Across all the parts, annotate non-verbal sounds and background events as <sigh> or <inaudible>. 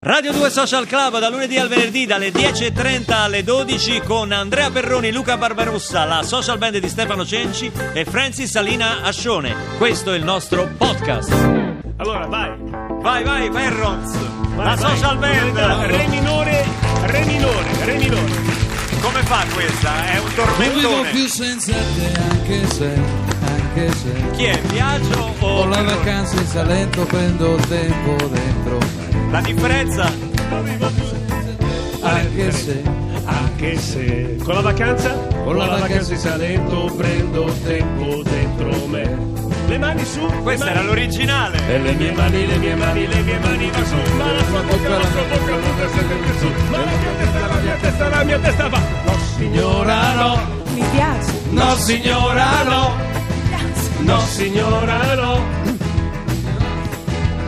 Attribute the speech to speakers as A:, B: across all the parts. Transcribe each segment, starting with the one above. A: Radio 2 Social Club da lunedì al venerdì dalle 10.30 alle 12 con Andrea Perroni, Luca Barbarossa, la social band di Stefano Cenci e Francis Salina Ascione. Questo è il nostro podcast.
B: Allora, vai.
A: Vai, vai, vai Roz.
B: vai,
A: La
B: vai.
A: social band.
B: Re minore, re minore, re minore.
A: Come fa questa? È un
C: Non vivo
A: tormentone.
C: più senza te, anche se, anche se.
A: Chi è? Viaggio o
B: Oh,
C: Con la
A: Perroni?
C: vacanza in Salento prendo tempo dentro.
A: La differenza? Ah, eh,
C: Anche se,
B: Anche se con la vacanza, con
C: la vacanza
B: di Salento prendo tempo dentro me. Le mani su.
A: Questa
B: le
A: era
B: mani.
A: l'originale.
B: E le mie mani, le mie mani, le mie mani va su, ma la sua bocca, la sua bocca punta sempre su, ma la mia testa, la mia testa, la mia testa va. No signora no,
D: Mi piace,
B: no signora no, no signora no.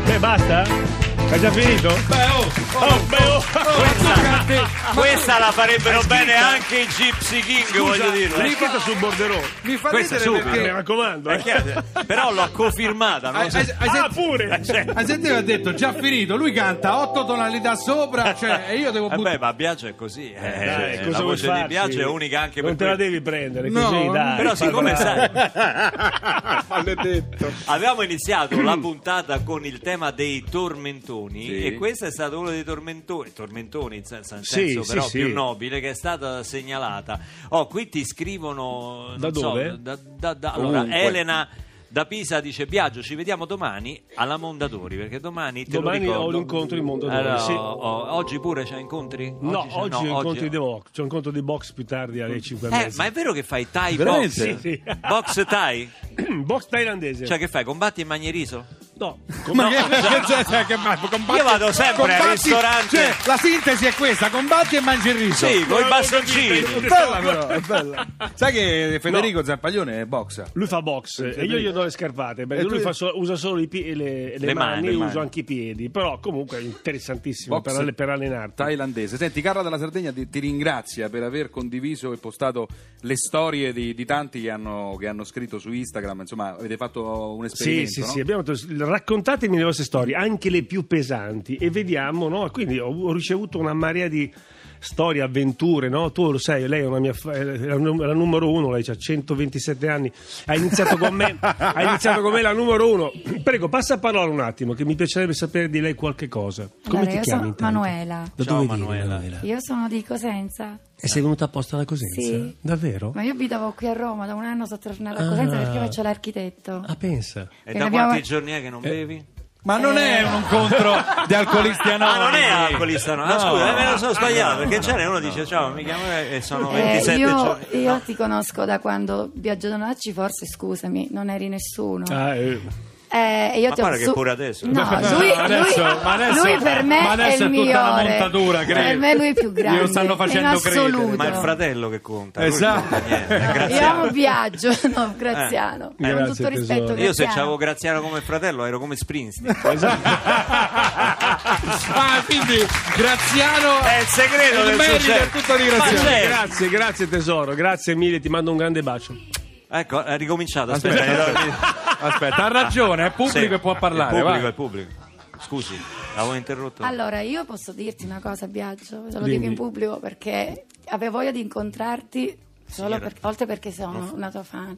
B: Beh basta? Hai già finito? Beh oh, oh, beh oh.
A: Questa, questa la farebbero bene anche i Gypsy King, voglio dirla.
B: L'hai scritta sul borderò.
E: Mi fa
A: Questa
E: ridere
A: subito.
B: Mi
E: perché
B: raccomando,
A: È
B: eh.
A: chiaro, Però l'ho cofirmata, non
E: hai,
A: so-
E: hai- hai
B: Ah
E: sent-
B: pure!
E: hai sentito che ha detto già finito, lui canta otto tonalità sopra, cioè e io devo
A: Eh
E: buttare
A: beh, ma Biagio è così. eh,
B: Dai, cosa
A: la
B: vuoi
A: voce di
B: farci?
A: Biagio è unica anche per
B: Non te la
A: quello.
B: devi prendere
E: No.
B: così, dai.
A: Però siccome sai,
B: <laughs>
E: maledetto.
A: avevamo iniziato la puntata con il tema dei tormentoni e questo è stato uno dei tormentoni, tormentoni in senso, in
B: Sì,
A: senso
B: sì,
A: però
B: sì.
A: più nobile che è stata segnalata. Oh, qui ti scrivono non
B: Da
A: so,
B: dove?
A: da- da- da- allora, Elena da Pisa dice Biagio, ci vediamo domani alla Mondadori perché domani te
B: Domani
A: lo ricordo.
B: ho un incontro in Mondadori,
A: Allora,
B: sì.
A: oh, oggi pure c'è incontri?
B: No,
A: c'è-
B: oggi
A: no,
B: ho incontri
A: oggi-
B: di box. C'è un incontro di box più tardi alle 5 e
A: Eh,
B: mezza.
A: ma è vero che fai Thai
C: Veramente?
A: box?
C: Sì,
B: sì.
A: Box Thai?
B: box thailandese.
A: Cioè che fai? Combatti in manieriso?
B: no,
E: Ma che, cioè, cioè, che ma- combatti-
A: Io vado sempre al ristorante.
E: cioè, la sintesi è questa, combatti e mangi il riso.
A: Sì, con i
E: È
A: bastoncini.
E: bella però, è
A: <laughs>
E: bella.
C: Sai che Federico Zampaglione è boxa?
B: lui fa box e io gli do le scarpate perché
C: E tu-
B: lui fa solo- usa solo i pie- le, le
A: Le mani,
B: mani,
A: le
B: io
A: mani.
B: uso anche i piedi. Però comunque è interessantissimo
C: Box
B: per, alle- per allenarti.
C: Thailandese. Senti, Carla dalla Sardegna ti, ti ringrazia per aver condiviso e postato le storie di, di tanti che hanno, che hanno scritto su Instagram. Insomma, avete fatto un
B: Sì,
C: esperimento.
B: sì,
C: no?
B: sì, abbiamo detto, raccontatemi le vostre storie, anche le più pesanti, e vediamo, no? Quindi ho, ho ricevuto una marea di storie, avventure, no? Tu lo sai, lei è una mia, fa- è la, num- la numero uno, lei ha 127 anni, ha iniziato con me, ha iniziato con me la numero uno. <clears throat> Prego, passa parola un attimo, che mi piacerebbe sapere di lei qualche cosa. Come
F: Allora,
B: ti
F: io
B: chiami?
F: sono
B: intanto?
F: Manuela,
E: Da
A: Ciao,
E: dove vieni,
A: Manuela.
F: io sono di Cosenza.
E: E sei venuta apposta da Cosenza?
F: Sì.
E: Davvero?
F: Ma io abitavo qui a Roma, da un anno sono tornata
E: Ah.
F: a Cosenza perché faccio l'architetto.
E: Ah, pensa.
A: E
F: Eh,
A: da
F: abbiamo-
A: quanti giorni è che non bevi?
C: Ma non è un incontro di alcolisti
A: Eh. <laughs> Ah,
C: anonimi.
A: non è alcolista, no? Ah, scusa, eh, me lo sono sbagliato. perché c'era uno dice ciao, mi chiamo e sono
F: Eh,
A: 27
F: io,
A: giorni.
F: io ti conosco da quando Biagio Donacci, forse scusami, non eri nessuno.
B: Ah, eh,
F: Eh, e io
A: Ma
F: ti ho-
A: guarda che pure adesso.
F: No, lui,
C: Ma adesso-
F: lui-
C: ma adesso-
F: lui per me
C: ma adesso
F: è
C: è tutta
F: il migliore.
C: una montatura, credo.
F: Per me lui è più grande.
C: Glielo stanno facendo
F: in
C: credere.
F: assoluto.
A: Ma è il Eh. fratello che conta.
C: Esatto.
A: Lui non conta niente, è
F: Io
A: Graziano.
F: amo Biagio, no, Graziano.
B: Eh,
F: Con
B: grazie,
F: tutto rispetto,
B: tesoro.
A: Io se
F: Graziano.
A: c'avevo Graziano come fratello ero come Springsteen.
B: Esatto.
C: Ah, quindi Graziano
A: <laughs> È il segreto
C: Il
A: del
C: merito
A: Eh, successo.
C: è tutto di
A: Ma
C: Graziano.
A: certo.
B: Grazie, grazie tesoro, grazie mille, ti mando un grande bacio.
A: Ecco, è ricominciato. Aspetta,
C: Aspetta,
A: gli do-
C: Aspetta, ha ragione, è pubblico
A: Sì,
C: e può parlare.
A: È pubblico,
C: vai.
A: è pubblico. Scusi, l'avevo interrotto.
F: Allora, io posso dirti una cosa, Biagio, te lo
B: Certo. Dimmi.
F: dico in pubblico perché avevo voglia di incontrarti solo
A: Signora.
F: per, oltre perché sono una tua fan.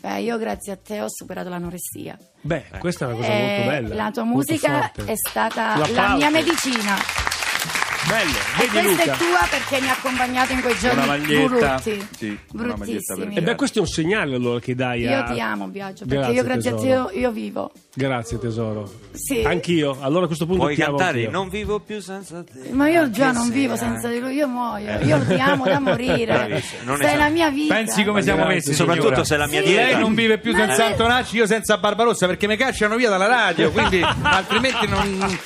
F: Beh, io grazie a te ho superato l'anoressia.
B: Beh, questa è una cosa
F: Eh,
B: molto bella.
F: la tua
B: molto
F: musica
B: forte.
F: è stata
B: L'applauso.
F: la mia medicina.
B: Bello,
F: E
B: vedi
F: questa
B: Luca.
F: è tua perché mi ha accompagnato in quei giorni
C: Una maglietta.
F: brutti.
C: Sì, una maglietta
F: bruttissimi.
C: per
B: E Eh beh, questo è un segnale allora che dai a...
F: Io ti amo, Biagio, perché io grazie
B: tesoro.
F: a te io, io vivo.
B: Grazie tesoro.
F: Sì.
B: Anch'io, allora a questo punto
A: Puoi
B: ti amo
A: cantare
B: anch'io.
A: Non vivo più senza te.
F: Ma io già
A: Anche
F: non
A: se-
F: vivo senza di lui, io muoio,
B: Eh.
F: io ti amo da morire.
A: Bravissima, non
F: Sei
A: esatto.
F: la mia vita.
C: Pensi come siamo messi,
A: Soprattutto
C: signora.
A: Eh. se la mia
F: Sì.
A: dieta...
C: Lei non vive più
F: Ma
C: senza
F: lei-
C: Antonacci, io senza Barbarossa perché mi cacciano via dalla
A: <laughs>
C: radio, quindi altrimenti non...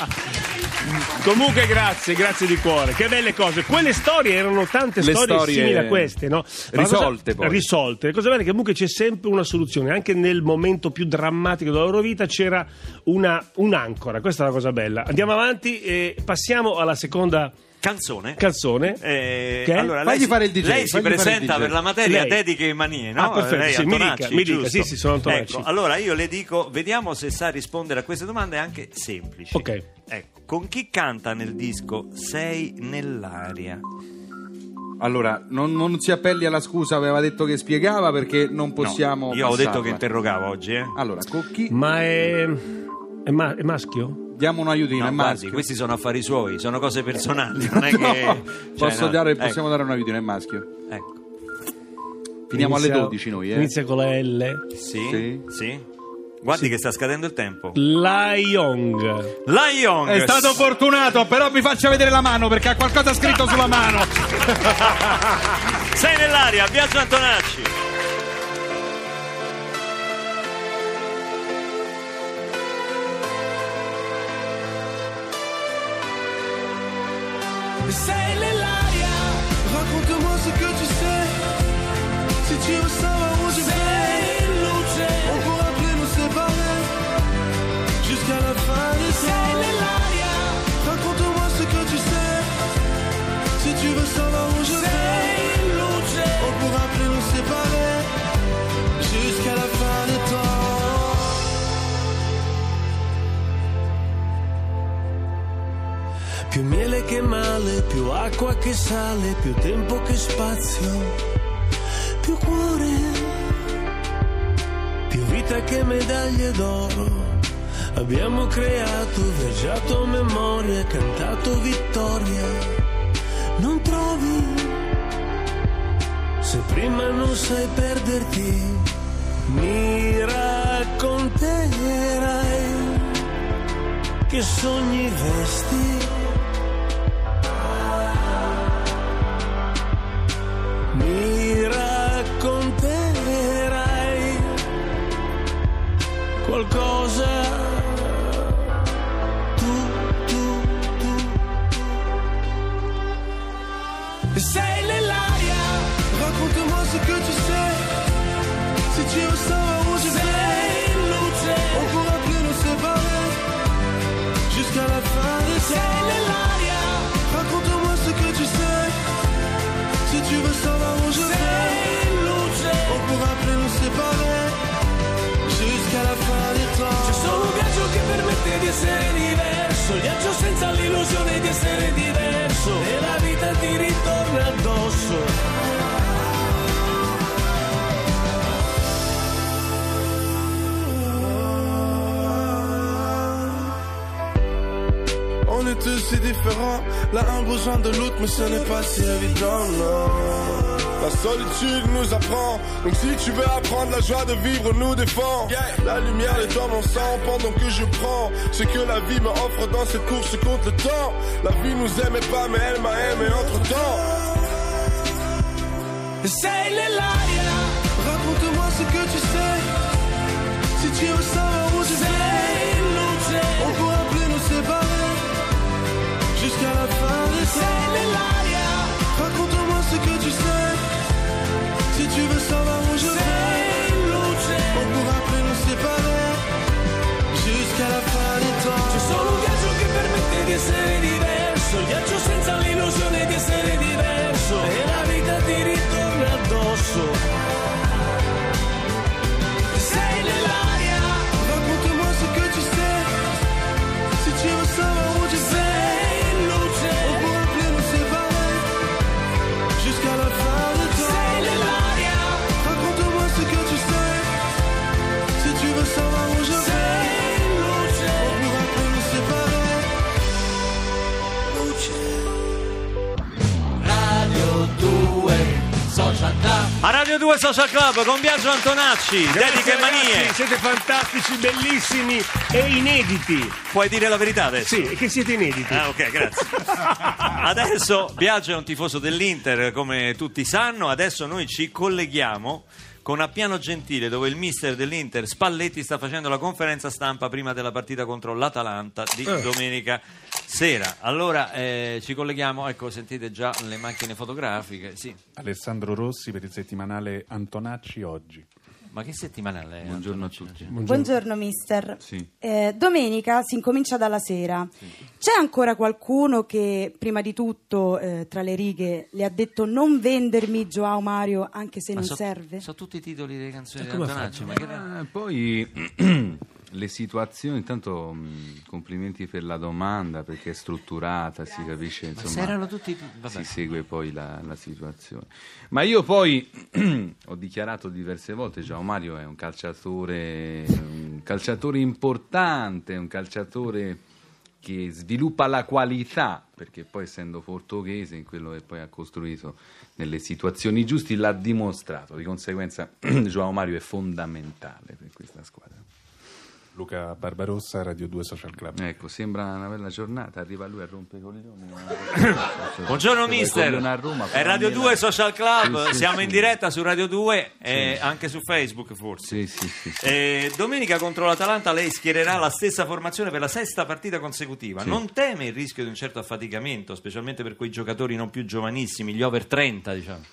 B: Comunque grazie, grazie di cuore. Che belle cose. Quelle storie erano tante
C: Le
B: storie,
C: storie
B: simili a queste, no? Ma la
C: risolte,
B: cosa,
C: poi.
B: Risolte. La cosa bella è che comunque c'è sempre una soluzione. Anche nel momento più drammatico della loro vita c'era una, un'ancora. Questa è la cosa bella. Andiamo avanti e passiamo alla seconda
A: Canzone.
B: canzone.
A: Eh,
B: Che è?
A: allora,
C: Fagli
A: si-
C: fare il DJ,
A: lei si
C: fagli fare il
A: presenta
C: DJ.
A: per la materia
B: Lei.
A: dediche e manie, no?
B: Ah, perfetto,
A: Lei,
B: sì, mi
A: Antonacci,
B: dica, mi dica,
A: giusto?
B: sì, sì, sono Antonacci.
A: Ecco, allora io le dico, vediamo se sa rispondere a queste domande anche semplici.
B: Ok.
A: Ecco, con chi canta nel disco Sei nell'aria?
C: Allora, non, non si appelli alla scusa, aveva detto che spiegava perché non
A: No,
C: possiamo.
A: Io ho detto
C: passarla. Ah,
A: che interrogavo oggi, eh.
C: Allora, Cocchi,
B: Ma è, è ma- è maschio?
C: diamo un aiutino.
A: No,
C: è
A: guardi,
C: maschio.
A: questi sono affari suoi, sono cose personali, non è
C: <laughs> No,
A: che...
G: Oh,
A: cioè,
C: posso
A: no,
C: dare,
A: ecco,
C: possiamo dare un aiutino, è maschio.
A: ecco.
C: Finiamo alle
B: Inizia-
C: 12 noi, eh.
B: Inizia con la L.
A: Sì, sì.
C: Sì.
A: Guardi che sta scadendo il tempo.
B: La Young.
A: La Young.
E: È stato fortunato, però mi faccia vedere la mano perché ha qualcosa scritto sulla mano.
A: Sei nell'aria, Biagio Antonacci.
D: Sei nell'aria Racconte-moi ce que tu sais Si tu veux savoir où je vais On pourra plus nous séparer Jusqu'à la fin des temps Raconte-moi ce que tu sais Si tu veux savoir où je vais On pourra plus nous séparer Jusqu'à la fin des temps Più miele che male, più acqua che sale, più tempo che spazio, più cuore, più vita che medaglie d'oro. Abbiamo creato, viaggiato a memoria, cantato vittoria. Non trovi, se prima non sai perderti, mi racconterai che sogni vesti. Mi racconterai qualcosa. Tu, tu, tu. Sei nell'aria, racconta-moi ce que tu sais. Si tu veux savoir où je vais, on pourra plus nous séparer jusqu'à la fin des temps. Raconte-moi ce que tu sais. Si tu veux savoir où je vais, on pourra plus nous séparer jusqu'à la fin des temps. C'è solo un viaggio che permette di essere diverso, il viaggio senza l'illusione di essere diverso e la vita ti ritorna addosso. On est tous si différents, l'un a besoin de l'autre, mais ce n'est pas si évident, non. La solitude nous apprend, donc si tu veux apprendre la joie de vivre, nous défend. La lumière est dans mon sang, pendant que je prends ce que la vie me offre dans cette course contre le temps. La vie nous aimait pas, mais elle m'a aimé entre temps. Sei nell'aria, racconte-moi ce que tu sais. Si tu veux savoir où je vais, on pourra plus nous séparer jusqu'à la fin des temps. Raconte-moi ce que tu sais. Si tu veux savoir où je vais, on pourra plus nous séparer jusqu'à la fin des temps. C'è solo un viaggio che permette di essere diverso, il viaggio senza l'illusione di essere diverso e la vita ti ritorna addosso. Sei nell'aria, raconte-moi ce que tu sais. Si tu veux savoir où je vais, on pourra plus nous séparer jusqu'à la fin du temps. Sei nell'aria, raconte-moi ce que tu sais. Si tu veux savoir où je vais, on pourra plus nous séparer.
A: A Radio 2 Social Club con Biagio Antonacci, dediche
B: Grazie,
A: e
B: ragazzi,
A: manie.
B: Siete fantastici, bellissimi e inediti.
A: Puoi dire la verità adesso?
B: Sì, e che siete inediti.
A: Ah, ok,
B: <laughs>
A: grazie. Adesso Biagio è un tifoso dell'Inter, come tutti sanno. Adesso noi ci colleghiamo con Appiano Gentile, dove il mister dell'Inter Spalletti sta facendo la conferenza stampa prima della partita contro l'Atalanta di domenica sera. Allora eh, ci colleghiamo, ecco, sentite già le macchine fotografiche. Sì,
H: Alessandro Rossi per il settimanale Antonacci oggi.
A: ma che settimanale è?
C: Buongiorno a tutti.
I: Buongiorno mister.
C: Sì.
I: Eh, domenica si incomincia dalla sera. C'è ancora qualcuno che prima di tutto eh, tra le righe le ha detto non vendermi Joao Mario anche se non
A: so-
I: serve?
A: So tutti i titoli delle canzoni di
B: come ha
A: Antonacci, ma che...
C: Ah, poi
G: Eh, <clears throat> le situazioni, intanto mh, complimenti per la domanda perché è strutturata, si capisce, insomma,
A: s'erano tutti- vabbè.
G: si segue poi la, la situazione. Ma io poi <clears throat> ho dichiarato diverse volte, Gian Mario è un calciatore, un calciatore importante, un calciatore che sviluppa la qualità, perché poi essendo portoghese, in quello che poi ha costruito nelle situazioni giuste, l'ha dimostrato. Di conseguenza <clears throat> Joao Mario è fondamentale per questa squadra.
H: Luca Barbarossa, Radio 2 Social Club.
G: Ecco, sembra una bella giornata, arriva lui a rompere i <coughs> coglioni.
A: Buongiorno mister,
G: A Roma,
A: è Radio 2 Social Club,
G: Sì, sì,
A: siamo
G: sì.
A: in diretta su Radio 2 e anche su Facebook forse.
G: Sì, sì, sì. sì.
A: Eh, domenica contro l'Atalanta lei schiererà la stessa formazione per la sesta partita consecutiva.
G: Sì.
A: Non teme il rischio di un certo affaticamento, specialmente per quei giocatori non più giovanissimi, gli over 30, diciamo.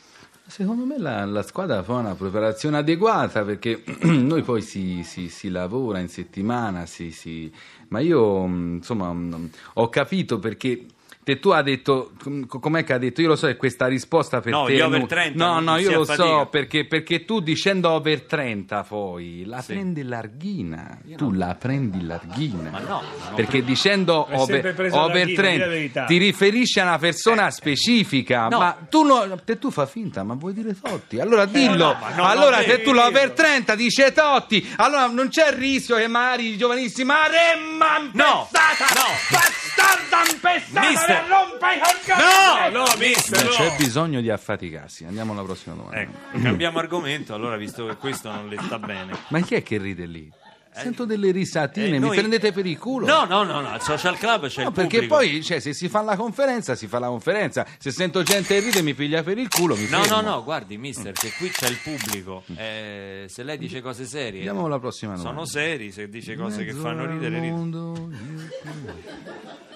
G: Secondo me la, la squadra fa una preparazione adeguata perché <clears throat> noi poi si, si- si lavora in settimana, si- si- ma io mh, insomma mh, ho capito perché te tu ha detto, com- com'è che ha detto, io lo so che questa risposta per
A: No,
G: te...
A: gli
G: è
A: over
G: nu-
A: 30
G: No,
A: non
G: no,
A: si
G: io lo
A: affatica.
G: so perché, perché tu dicendo over 30 poi la prendi larghina, tu la prendi larghina.
A: Ma no, no.
G: Perché dicendo
B: È sempre
G: over,
B: presa
G: over
B: larghina, di la
G: 30
B: verità.
G: ti riferisci a una persona specifica,
A: Eh, no. Eh,
G: ma tu no, te tu fa finta, ma vuoi dire Totti? Allora dillo.
A: no, ma non
G: allora
A: lo
G: se
A: devi
G: tu l'over 30 dice Totti, allora non c'è il rischio che magari i giovanissimi ma remma
A: No,
G: impestata,
A: no.
G: bastarda impestata,
A: Mister.
G: mi rompe i coglioni!
A: No, no, mister,
G: Non
A: no.
G: c'è bisogno di affaticarsi. Andiamo alla prossima domanda.
A: Ecco, cambiamo argomento, allora visto che questo non le sta bene.
G: Ma chi è che ride lì? Sento delle
A: Eh,
G: risatine, mi
A: noi-
G: prendete per il culo?
A: No, no, no, no, al social club c'è
G: No,
A: il
G: perché
A: pubblico.
G: poi cioè, se si fa la conferenza, si fa la conferenza. Se sento gente che ride, mi piglia per il culo. Mi
A: No,
G: fermo.
A: no, no, guardi, mister, che qui c'è il pubblico. Eh, se lei dice cose serie,
G: Andiamo alla prossima domanda.
A: sono seri. Se dice cose che fanno ridere, ridere.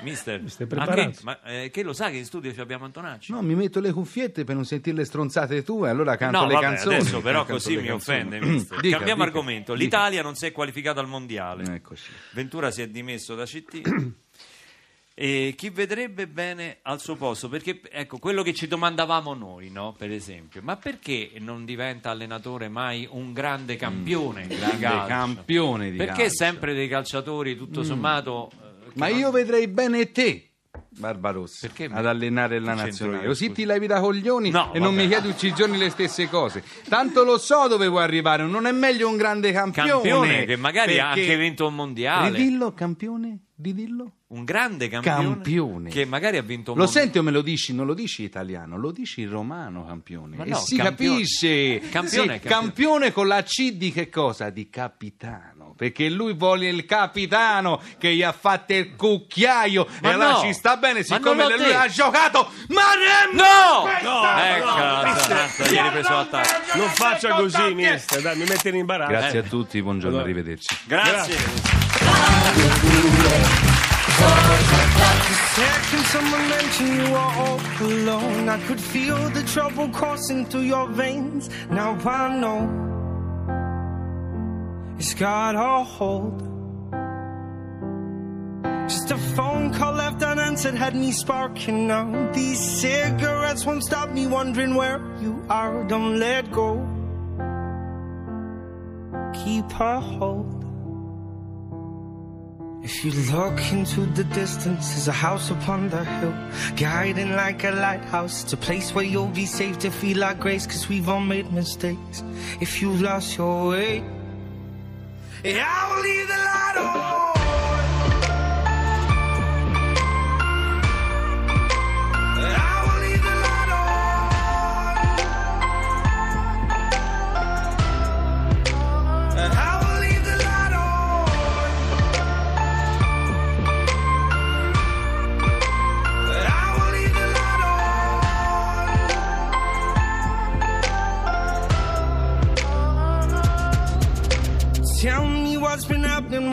A: Mister,
B: Mister,
A: ma,
B: preparato.
A: che, ma, eh, che lo sa che in studio ci abbiamo Antonacci?
G: No, mi metto le cuffiette per non sentire le stronzate tue, allora canto
A: No,
G: le
A: vabbè,
G: canzoni.
A: adesso però
G: Canto
A: così
G: le
A: mi
G: canzoni. <clears throat> Mm,
A: offende. mister.
G: Dica,
A: Cambiamo
G: dica,
A: argomento.
G: dica. Ecco,
A: L'Italia non si è qualificata al mondiale.
G: Eccoci.
A: Ventura si è dimesso da CT. E chi vedrebbe bene al suo posto? Perché ecco quello che ci domandavamo noi, no? per esempio, ma perché non diventa allenatore mai un grande campione? di
G: Mm, grande
A: calcio?
G: campione di
A: perché
G: calcio. Mm.
A: sempre dei calciatori, tutto sommato. eh, che
G: Ma
A: non-
G: io vedrei bene te, Barbarossa,
A: Perché me?
G: ad allenare la
A: Che c'entro
G: nazionale.
A: io,
G: Così
A: scusa?
G: ti levi da coglioni
A: No,
G: e non
A: vabbè.
G: mi chiedi tutti i giorni le stesse cose. Tanto lo so dove vuoi arrivare, non è meglio un grande campione.
A: Campione che magari ha
G: perché-
A: anche vinto un mondiale.
G: Ridillo, campione, ridillo.
A: un grande campione,
G: Campione.
A: che magari ha vinto un
G: Lo
A: mondiale.
G: senti o me lo dici? Non lo dici italiano, lo dici romano campione.
A: Ma
G: E
A: no,
G: si
A: campione.
G: capisce.
A: Campione
G: Sì,
A: è campione.
G: campione con la C di che cosa? Di capitano. Perché lui vuole il capitano che gli ha fatto il cucchiaio.
A: Ma
G: e allora
A: no.
G: ci sta bene,
A: Ma non
G: siccome
A: l'ho
G: lui
A: detto.
G: ha giocato. Ma Remmo!
A: No!
G: Questa-
A: No, ecco, Atalanta, viene preso attacco.
B: Non faccia così, mister, dai, mi mette in imbarazzo.
G: Grazie a tutti, buongiorno, arrivederci.
A: Grazie.
D: Can someone mention you are all alone? I could feel the trouble coursing through your veins. Now I know it's got a hold. Just a phone call left unanswered had me sparking now. These cigarettes won't stop me wondering where you are. Don't let go. Keep a hold. If you look into the distance, there's a house upon the hill, guiding like a lighthouse. It's a place where you'll be safe to feel our grace, cause we've all made mistakes. If you've lost your way, I will leave the light on. I will leave the light on. I will leave the light on. I will leave the light on. Tell me what's been happening,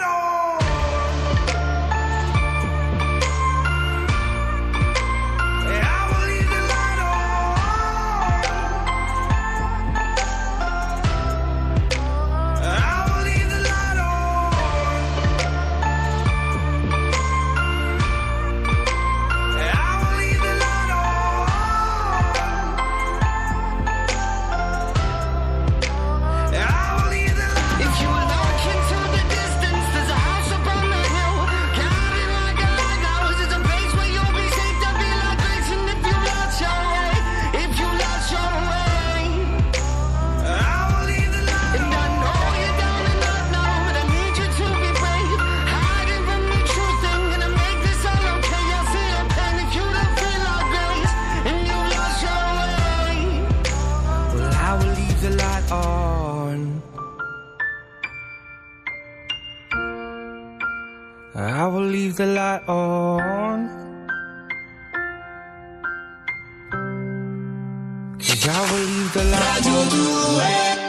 D: on. I will leave the light on. I will leave the light on. I will leave the light on. I will leave the light on. If you look into the distance, there's a house upon the hill. Guided like a lighthouse, it's a place where you'll be safe to be like grace. And if you lost your way, if you lost your way. I will leave the light on. I will leave the light on. Cause I will leave the light on.